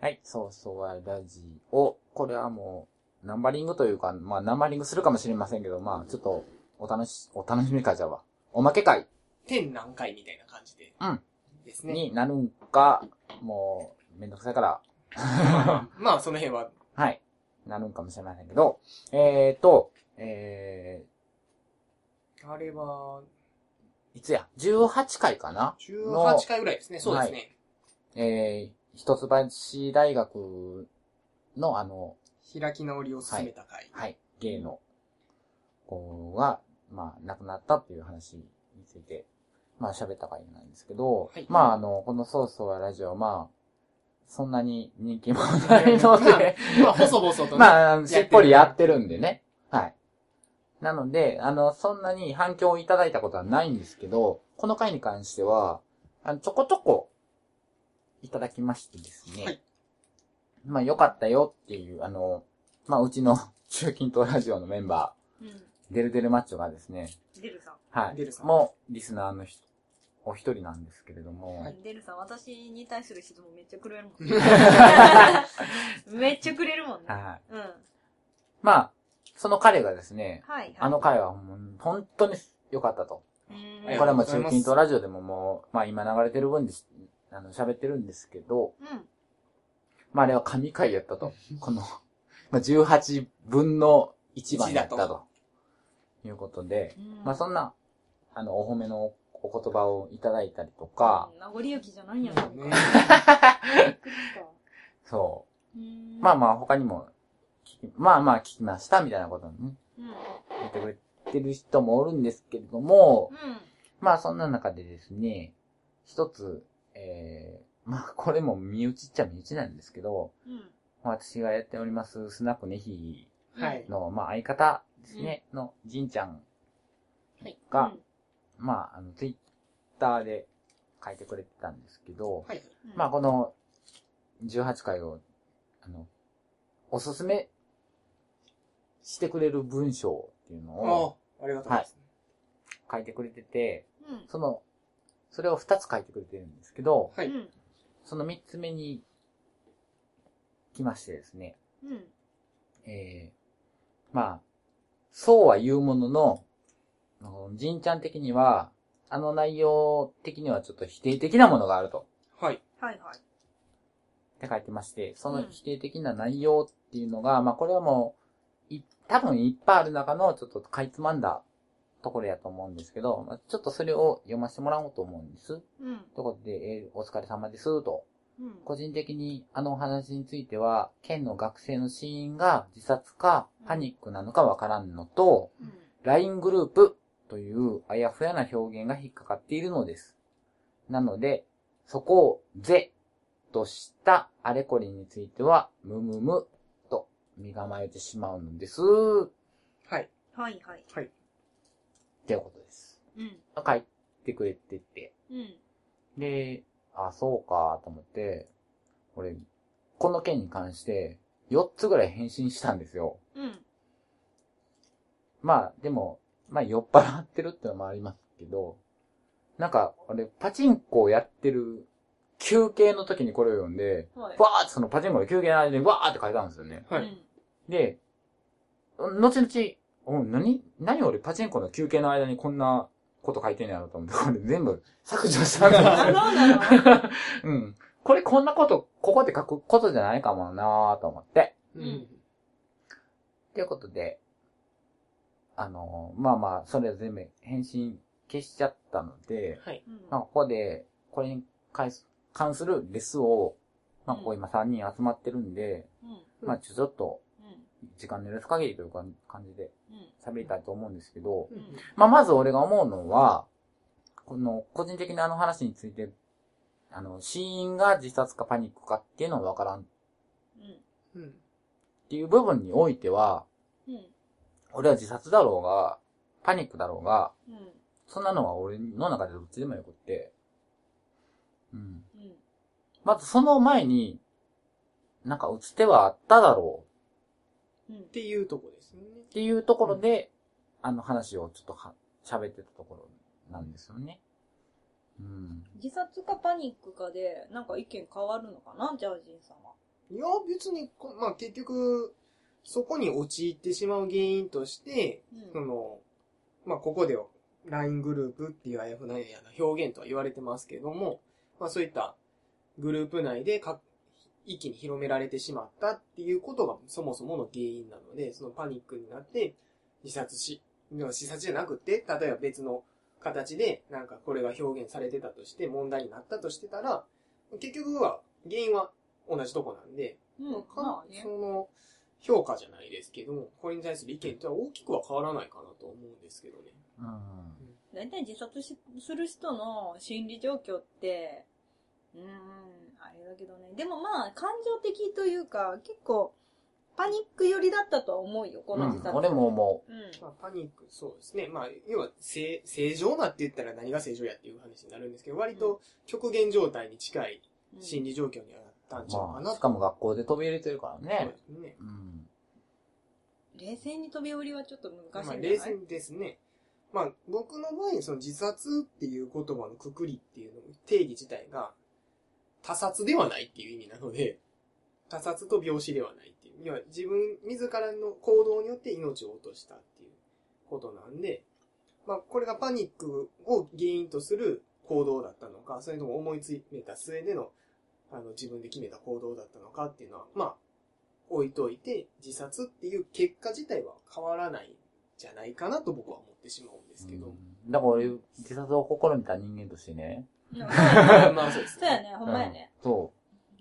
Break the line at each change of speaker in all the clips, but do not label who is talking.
はい、そうそうはラジオ。これはもう、ナンバリングというか、まあ、ナンバリングするかもしれませんけど、まあ、ちょっと、お楽し、お楽しみ会じゃわ。おまけ会
天何回みたいな感じで。
うん。
ですね。
になるんか、もう、めんどくさいから、
まあ、その辺は、
はい、なるんかもしれませんけど、えーと、え
あれは、
ー、いつや、18回かな
18回ぐらいですね。そうですね。
えー、一橋大学のあの、
開き直りを進めた回。
はい、芸の子が、まあ、亡くなったっていう話について、まあ、喋った回なんですけど、
はい
まあ、あの、このソースはラジオ、まあ、そんなに人気もないので、
まあ、細々とね。
まあ、しっぽりやってるんでね。はい。なので、あの、そんなに反響をいただいたことはないんですけど、この回に関しては、あの、ちょこちょこ、いただきましてですね。
はい
まあ、良かったよっていう、あの、まあ、うちの 中近東ラジオのメンバ
うん。
ー、デルデルマッチョがですね、
デルさん。
は
デルさ
い。
ん
もう、リスナーの人、お一人なんですけれども、
は
デルさん、私に対する質問めっちゃくれるもん ね。めっちゃくれるもんね。
はい。
うん。はい、
まあ、その彼がですね、
はい。
あの回はほん本当に良かったと。
う
あり
ーん。
これ
がとう
も
ござい
中
ます
近東ラジオでももう、まあ今流れてる分です、あの、喋ってるんですけど、
うん。
まああれは神回や ったと。この、まあ18分の1番やった
一だ
と。いうことで、
うん
まあそんな、あの、お褒めのお言葉をいただいたりとか、
名残雪じゃないんやろ。
ね
びっくりした
そうう。
ん
まあまあ他にも聞き、まあまあ聞きましたみたいなことをね、
うん。
言ってくれてる人もおるんですけれども、
うん。
まあそんな中でですね、一つ、えー、まあこれも身内っちゃ身内なんですけど、
うん。
私がやっておりますスナックネヒ
はい。
の、まあ相方ですね、のじんちゃん
はい。
が
うん
まああのツイッターで書いてくれてたんですけど、
はい。
まあ、この18回を、あの、おすすめしてくれる文章っていうのを
ああ、ありがとうございます。
書いてくれてて、
うん。
その、それを2つ書いてくれてるんですけど、
はい。
うん。
その3つ目に来ましてですね、
うん。
えー、まあ、そうは言うものの、あのじんちゃん的には、あの内容的にはちょっと否定的なものがあると、
はい。
はいはい。
って書いてまして、そうの
ん
否定的な内容っていうのが、まあこれはもう、い、多分いっぱいある中のちょっとかいつまんだところやと思うんですけど、まあ、ちょっとそれを読ませてもらおうと思うんです。
うん。
ということで、えーお疲れ様です、と。
うん。
個人的にあのお話については、県の学生の死因が自殺かパニックなのかわからんのと、
うん。
LINE グループというあやふやな表現が引っかかっているのです。なので、そこをぜとしたあれこれについては、むむむと身構えてしまうのです。っ
はい。
はいはい。
はい。
ていうことです。
うん。
書いてくれてて。
うん。
で、あ、そうか、と思って、俺、この件に関して、4つぐらい返信したんですよ。
うん。
まあ、でも、まあ、酔っ払ってるってのもありますけど、なんか、俺、パチンコをやってる休憩の時にこれを読んで、
はい。
わーってそのパチンコの休憩の間にわーって書いたんですよね。
は
う
い。
ん
で、後々、お何何俺パチンコの休憩の間にこんなこと書いてんやろと思って、これ全部削除したん です
あ、そう
よ。
なの
うん。これこんなこと、ここで書くことじゃないかもなーと思って。
うんん。
ということで、あのーまあまあ、それ全部返信消しちゃったので、
はい。
うん
まあここで、これに関す関するレスを、まあ
うん
ここ今3人集まってるんで、
うん。
うん
まあちょちょっと
うん。
時間の許す限りというか感じで
うん。
喋りたいと思うんですけど、
うんうん
まあまず俺が思うのは、この個人的なあの話について、あの、死因が自殺かパニックかっていうのはわからんっ
うん。
うん。
ていう部分においては、
うん。
俺は自殺だろうが、パニックだろうが、
うん。
そんなのは俺の中でどっちでもよくって。うん。
うん。
まずその前に、なんか打つ手はあっただろう
うん
っ。ていうとこですね。
っていうところで、あの話をちょっとは喋ってたところなんですよね。うん。
自殺かパニックかで、なんか意見変わるのかなジャージンさんは。
いや、別にこ、まあ結局、そこに陥ってしまう原因として、その、まあここでは LINE グループっていうあやふなやな表現とは言われてますけども、まあそういったグループ内でか一気に広められてしまったっていうことがそもそもの原因なので、そのパニックになって自殺し、でも自殺じゃなくて、例えば別の形でなんかこれが表現されてたとして問題になったとしてたら、結局は原因は同じとこなんで、
うん。うん。
か
まあね
そ。の、評価じゃないですけども、これに対する意見とは大きくは変わらないかなと思うんですけどね。
うん。
大体自殺しする人の心理状況って、うーん、あれだけどね。でもまあ、感情的というか、結構、パニック寄りだったとは思うよ、この自殺。
俺も思
うん。
まあ、パニック、そうですね。まあ、要は、正、正常なって言ったら何が正常やっていう話になるんですけど、割と極限状態に近い
うん
心理状況にはなったん
う。
ちゃうか
ま
な
あ、しかも学校で飛び入れてるから
そう
ね
で。すね。
うん。
冷静に飛び降りはちょっと難し
まあ、
いんじゃ
冷
ない
静ですね。まあ、僕の場合、その自殺っていう言葉のくくりっていうの、定義自体が、他殺ではないっていう意味なので、他殺と病死ではないっていう。要は自分、自らの行動によって命を落としたっていうことなんで、まあ、これがパニックを原因とする行動だったのか、それとも思いつめた末での、あの、自分で決めた行動だったのかっていうのは、まあ、置いといて、自殺っていう結果自体は変わらないんじゃないかなと僕は思ってしまうんですけど。
うんだから俺、自殺を試みた人間としてね。
うん
まあそうです
そうやね、ほんまやね。
うん。そ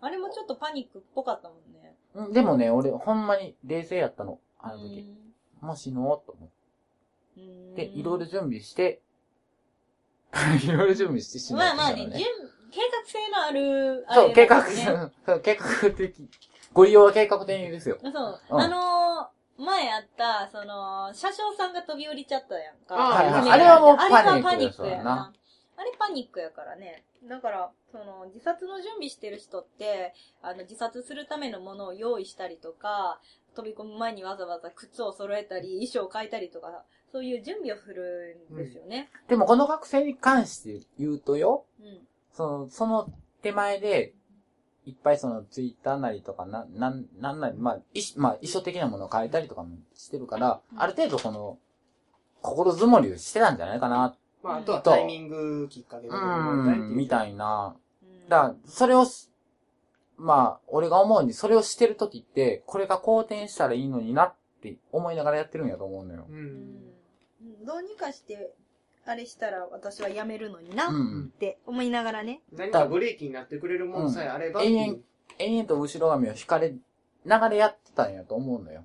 あれもちょっとパニックっぽかったもんね。
う。うんでもね、俺、ほんまに冷静やったの。あの時。もう死のうと思
うん。
って、いろいろ準備して、 いろいろ準備してしま
ま
っ
あ
た
まあ
から
ね、準計画性のある、あ
そう、
れ
計
だ
画、
よね
そう、計画 的。ご利用は計画的ですよ。
そう。
うん
あのー前あった、その、車掌さんが飛び降りちゃったやんか。
あはいはい
船
あ
が
れ
はもう
あれは
パ
パ
ニ
ニ
ッ
ッ
ク
ク
や
や
な
な。あれパニックやからね。だから、その、自殺の準備してる人って、あの、自殺するためのものを用意したりとか、飛び込む前にわざわざ靴を揃えたり、衣装を変えたりとか、そういう準備をするんですよね。
でもこの学生に関して言うとよ、
うん。
その、その手前で、いっぱいそのツイッターなりとか、な、なん、なんなり、まあ、いしまあ、衣装的なものを変えたりとかもしてるから、
うん
ある程度この、心づもりをしてたんじゃないかな、
まああとはタイミングきっかけの問題っていう。
みたいな。
うん
だから、それをし、まあ、俺が思うに、それをしてるときって、これが好転したらいいのになって思いながらやってるんやと思うのよ
う。。
うんん。どうにかして、あれしたら私はやめるのにな、
う
っ
ん。
て思いながらね。
何かブレーキになってくれるものさえあればって
うん
い
永
う
遠。延々と後ろ髪を引かれ、流れやってたんやと思うのよ。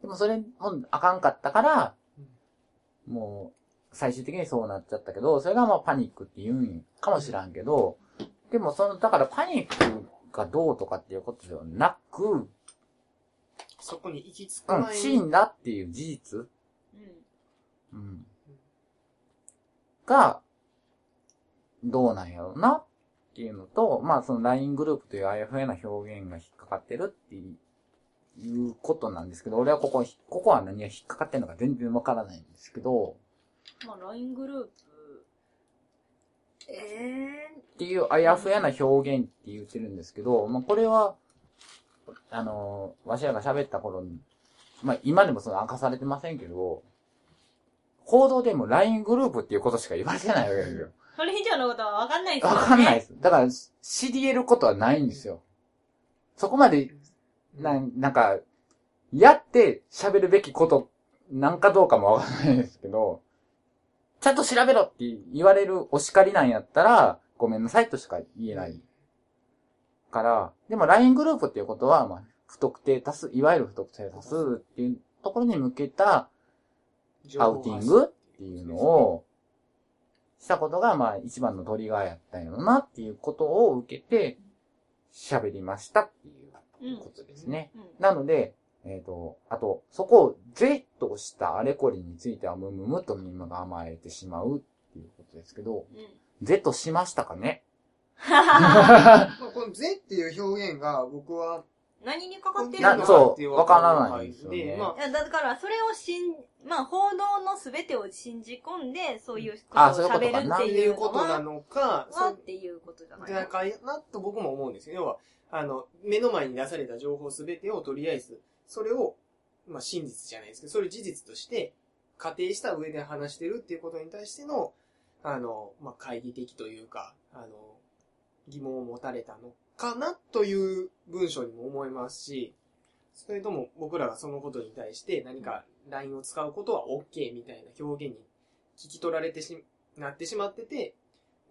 でもそれもあかんかったから、もう、最終的にそうなっちゃったけど、それがまあパニックって言うんかもしらんけど、でもその、だからパニックがどうとかっていうことではなく、
そこに行き着く
うん、
前
死
に。
んだっていう事実
うん。
うん。が、どうなんやろうなっていうのと、まあその LINE グループというあやふやな表現が引っかかってるっていうことなんですけど、俺はここ、ここは何が引っかかってるのか全然わからないんですけど、
まあ、LINE グループ、え
っていうあやふやな表現って言ってるんですけど、まあこれは、あの、わしらが喋った頃に、まあ今でもその明かされてませんけど、報道でも LINE グループっていうことしか言われてないわけですよ。
ー、それ以上のことはわかんないですよ、ね。
わかんないです。だから、し知り得ることはないんですよ。そこまで、な、なんか、やって喋るべきこと、なんかどうかもわかんないですけど、ちゃんと調べろって言われるお叱りなんやったら、ごめんなさいとしか言えないから、でも LINE グループっていうことは、まあ、不特定多数、いわゆる不特定多数っていうところに向けたアウティングっていうのを、したことが、まあ、一番のトリガーやったんやろなっていうことを受けて、喋りましたっていうことですね。
うん。
なので、えっ、と、あと、そこをぜっとしたあれこれについてはむむむとみんなが甘えてしまうっていうことですけど、
うん。
ぜっとしましたかね
まあこの「ぜ」っていう表現が僕は
何にかかってる
な
の
そう
で、ま
いやだから、それを信、まあ、報道のすべてを信じ込んで、そういうことを
あそういうこと
喋
か
る
あの、目の前に出された情報すべてをとりあえず、それを、まあ、真実じゃないですけど、それを事実として、仮定した上で話してるっていうことに対しての、あの、まあ、懐疑的というか、あの、疑問を持たれたのかなという文章にも思いますし、それとも僕らがそのことに対して何か LINE を使うことは OK みたいな表現に聞き取られてし、なってしまってて、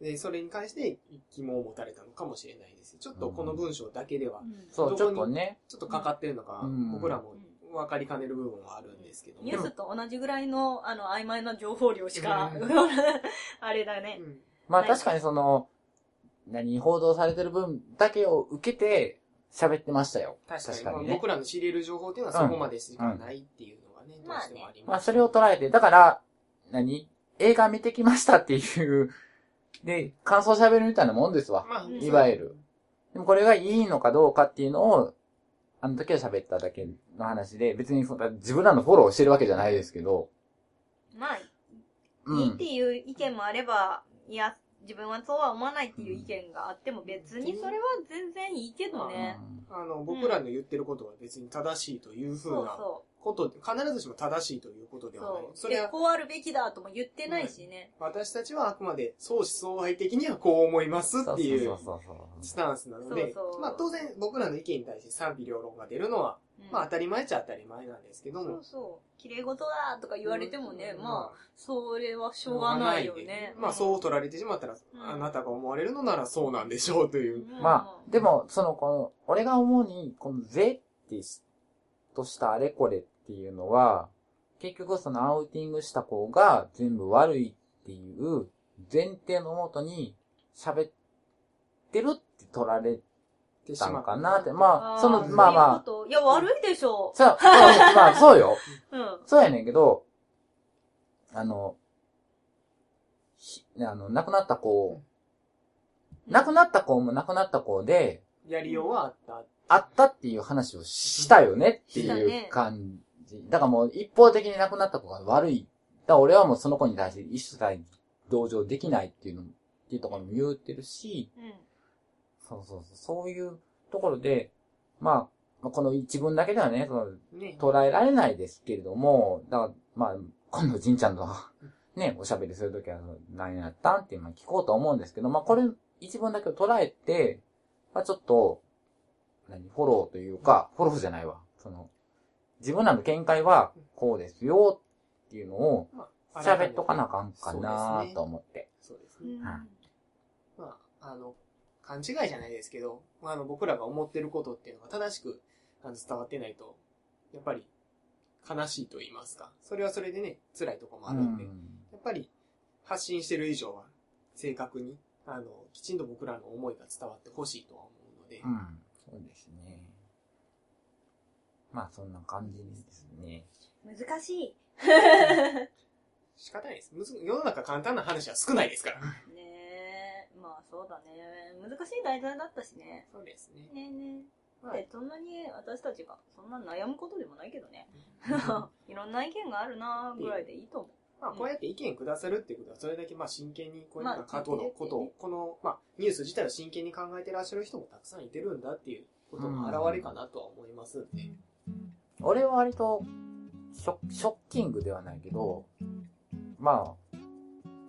で、それに関して疑問を持たれたのかもしれないです。ちょっとこの文章だけでは、
そ
どこ
う、
に
ちょっとね、
ちょっとかかってるのか
うん、
僕らも分かりかねる部分はあるんですけども。
ニュースと同じぐらいの、あの、曖昧な情報量しか
う、
あれだね
う。ん
まあ
はい
確かにその、何、報道されてる分だけを受けて喋ってましたよ。
確かに
確かにね
まあ僕らの知れる情報っていうのはそこまでしかないっていうのがね、
うん
どうしてもあります、
まあそれを捉えて、だから、何映画見てきましたっていう、で、感想喋るみたいなもんですわ。
まあ
うん
いわゆる。でもこれがいいのかどうかっていうのを、あの時は喋っただけの話で、別にそんな自分らのフォローをしてるわけじゃないですけど、
まあ、
う
いいっ
ん
て。いう意見もあれば、いや、自分はそうは思わないっていう意見があっても別にそれは全然いいけどね。
あの、僕らの言ってることは別に正しいというふ
そうう
な
そ
こと、必ずしも正しいということ
う。
ではない。
そう。
そ
そ
れ
れ
は
こうあるべきだとも言ってないしね。
私たちはあくまで相思相愛的にはこう思います
そ
っ
う
て
そう
い
そううそうそう。
スタンスなので
そうそ、う
まあ当然僕らの意見に対して賛否両論が出るのは、
うん
まあ当たり前っちゃ当たり前なんですけど
そ
も
う。そう。綺麗事だとか言われてもね、
うん
まあ、それはしょうがないよね。
まあ、そう取られてしまったら、
ん
あなたが思われるのならそうなんでしょうというう。
ん。
まあ、でも、その、この、俺が思うに、この、ぜってし、としたあれこれっていうのは、結局そのアウティングした子が全部悪いっていう前提のもとに喋ってるって取られ
て
たのかなって。
あ、
まあ、その、
ー
まあまあ、
あ。いや、悪いでしょ
そう、そうまあそうよ。
う。うん。
そうやねんけど、あの、ひあの、亡くなった子、亡くなった子も亡くなった子で、
やりようはあった。
あったっていう話をしたよねって
した
いう
ね
感じ。だからもう一方的に亡くなった子が悪い。だから俺はもうその子に対して一切同情できないっていうの、っていうところも言ってるし、
うん。
そうそうそう、そういうところで、まあ、まあこの一文だけではね、その
ね。
捉えられないですけれども、だから、まあ、今度、じんちゃんと、ね、おしゃべりするときは、何やったんってまあ聞こうと思うんですけど、まあ、これ、一文だけを捉えて、まあ、ちょっと、何、フォローというか、フォローじゃないわ。その、自分らの見解は、こうですよ、っていうのを、喋っとかなあかんかなと思って。
そうです
う
ね。
ん
はい
まあ、あの、勘違いじゃないですけど、あの、僕らが思ってることっていうのが正しくあの伝わってないと、やっぱり悲しいと言いますか。それはそれでね、辛いとこもあるんで、やっぱり発信してる以上は正確に、あの、きちんと僕らの思いが伝わってほしいとは思うので、
うん。そうですね。まあ、そんな感じですね。
難しい。
仕方ないです。むず世の中簡単な話は少ないですから。
ねえ。まあそうだね。難しい題材だったしね。
そうですね。
ねえねえ。
はい
で、そんなに私たちがそんな悩むことでもないけどね。 いろんな意見があるなぐらいでいいと思
まあ、こうやって意見くださるっていうことは、それだけまあ真剣にこうい
まあ
った過去のこと
真剣に
を、この、まあ、ニュース自体を真剣に考えてらっしゃる人もたくさんいてるんだっていうことの表れかなとは思いますんで。
俺は割とショショッキングではないけど、まあ、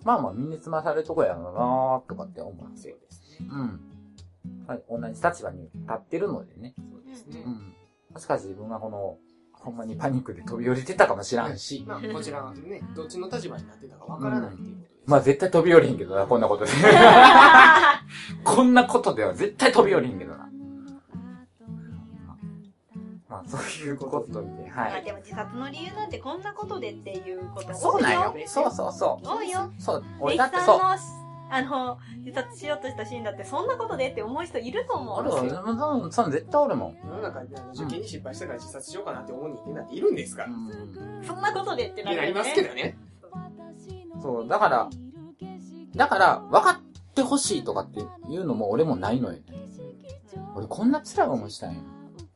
まあまあ身につまされるとこやろうなとかって思っ
そ
て。
うですね。
うん。はい、同じ立場に立ってるのでね。
そうですね
う。ん。もしかして自分がこの、ほんまにパニックで飛び降りてたかもしらんし。
まあ、こちらはね、どっちの立場になってたかわからないっていうことです。
まあ絶対飛び降りへんけどな、こんなことで。 こんなことでは絶対飛び降りへんけどな。まあそういうことで、
う。
はい
や、。でも自殺の理由なんてこんなことでっていうこと
そうなんよ
多い。
そうそうそう。
多いよ。
そう、
レ
俺
イ
だ
さ
っ
ん
て
の
そう。
あの、自殺しようとしたシーンだって、そんなことでって思う人いると思う。
あるわ、そんそん絶対おるもん。
世の中であの受験に失敗したから自殺しようかなって思う人間なんているんですから。っ
そんなことでって
て
なるよ
な
ね。
りますけどね。
そう、だから、だから、分かってほしいとかっていうのも俺もないのよね。俺こんな辛い思いしたんや。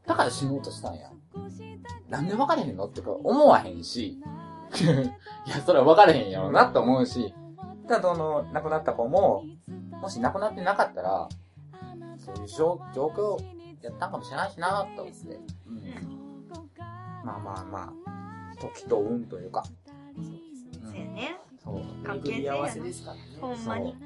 だから死のうとしたんや。なんで分かれへんのってか思わへんし、 いや、それは分かれへんやろなと思うし、ただその、亡くなった子も、もし亡くなってなかったら、そういう状状況やったんかもしれないしなと思って。うん。まあまあまあ、時と運というか。
そうやね。
そう。
関係
巡
性
り合
や
わ
な
せ。ですからね。
ほんまに。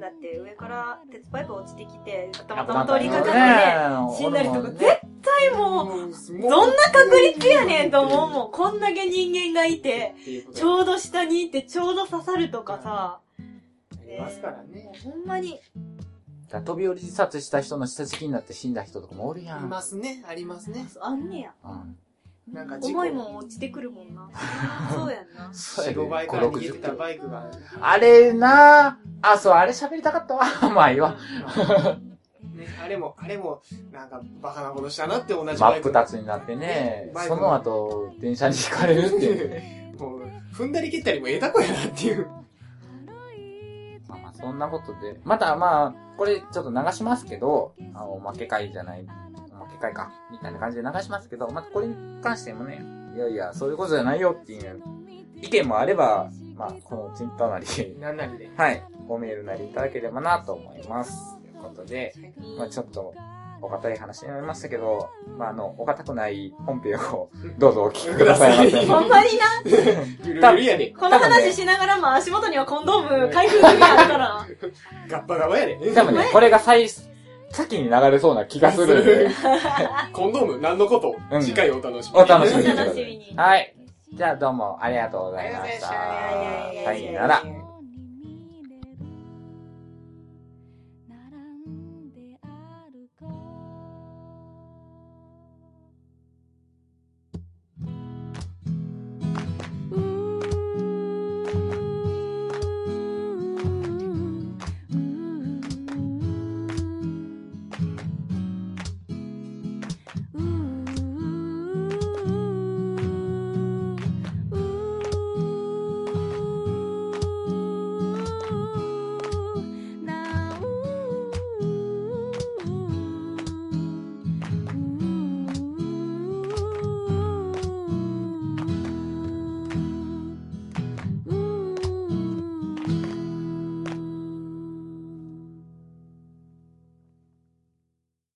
だって上から鉄パイプ落ちてきて、頭
頭
と通りかかってね、しんなりとか、絶対もう、ど
ど
んな確率やねんと思うもん。こんだけ人間がいて、ち
う
ょうど下にいて、ちょうど刺さるとかさ。
ありますからね。
ほんまに。
だから飛び降り自殺した人の下敷きになって死んだ人とかもおる
い
やん。
ますね、ありますね。
あんねや。
うん。
なんか事故
重いもん落ちてくるも んな。そうやんな。
白バイから逃げてたバイクが。
あれなぁ。あ、そう、あれ喋りたかったわ。 まあいいわ。
ね、あれも、あれも、なんか、バカなことしたなって同じ
真
バ
っ
イク。
二つになってね。
バイク
その後、電車に引かれるっていうね。
もう、踏んだり蹴ったりもええたこやなっていう。
まあまあ、そんなことで。またまあ、これちょっと流しますけど、あの、おまけ会じゃない、おまけ会か。みたいな感じで流しますけど、またこれに関してもね、いやいや、そういうことじゃないよっていう意見もあれば、まあ、このツイッターなり、
なんなりで。
はい、ごメールなりいただければなと思います。ということで、まあちょっと、お堅い話になりましたけど、まああの、お堅くない本編を どうぞお聞きくださいませ。
ほん まにな。
ゆるゆるやで。
この話しながらも足元にはコンドーム開封済みある から。
ガッバガバやで。
多分ね、これが最、先に流れそうな気がするんで、
コンドーム、何のこと、
うん
次回お楽しみ
お楽しみ
お
に。
楽しみに
はい。じゃあどうもありがとうございました。
ありがとうございました
さよなら。
いやいや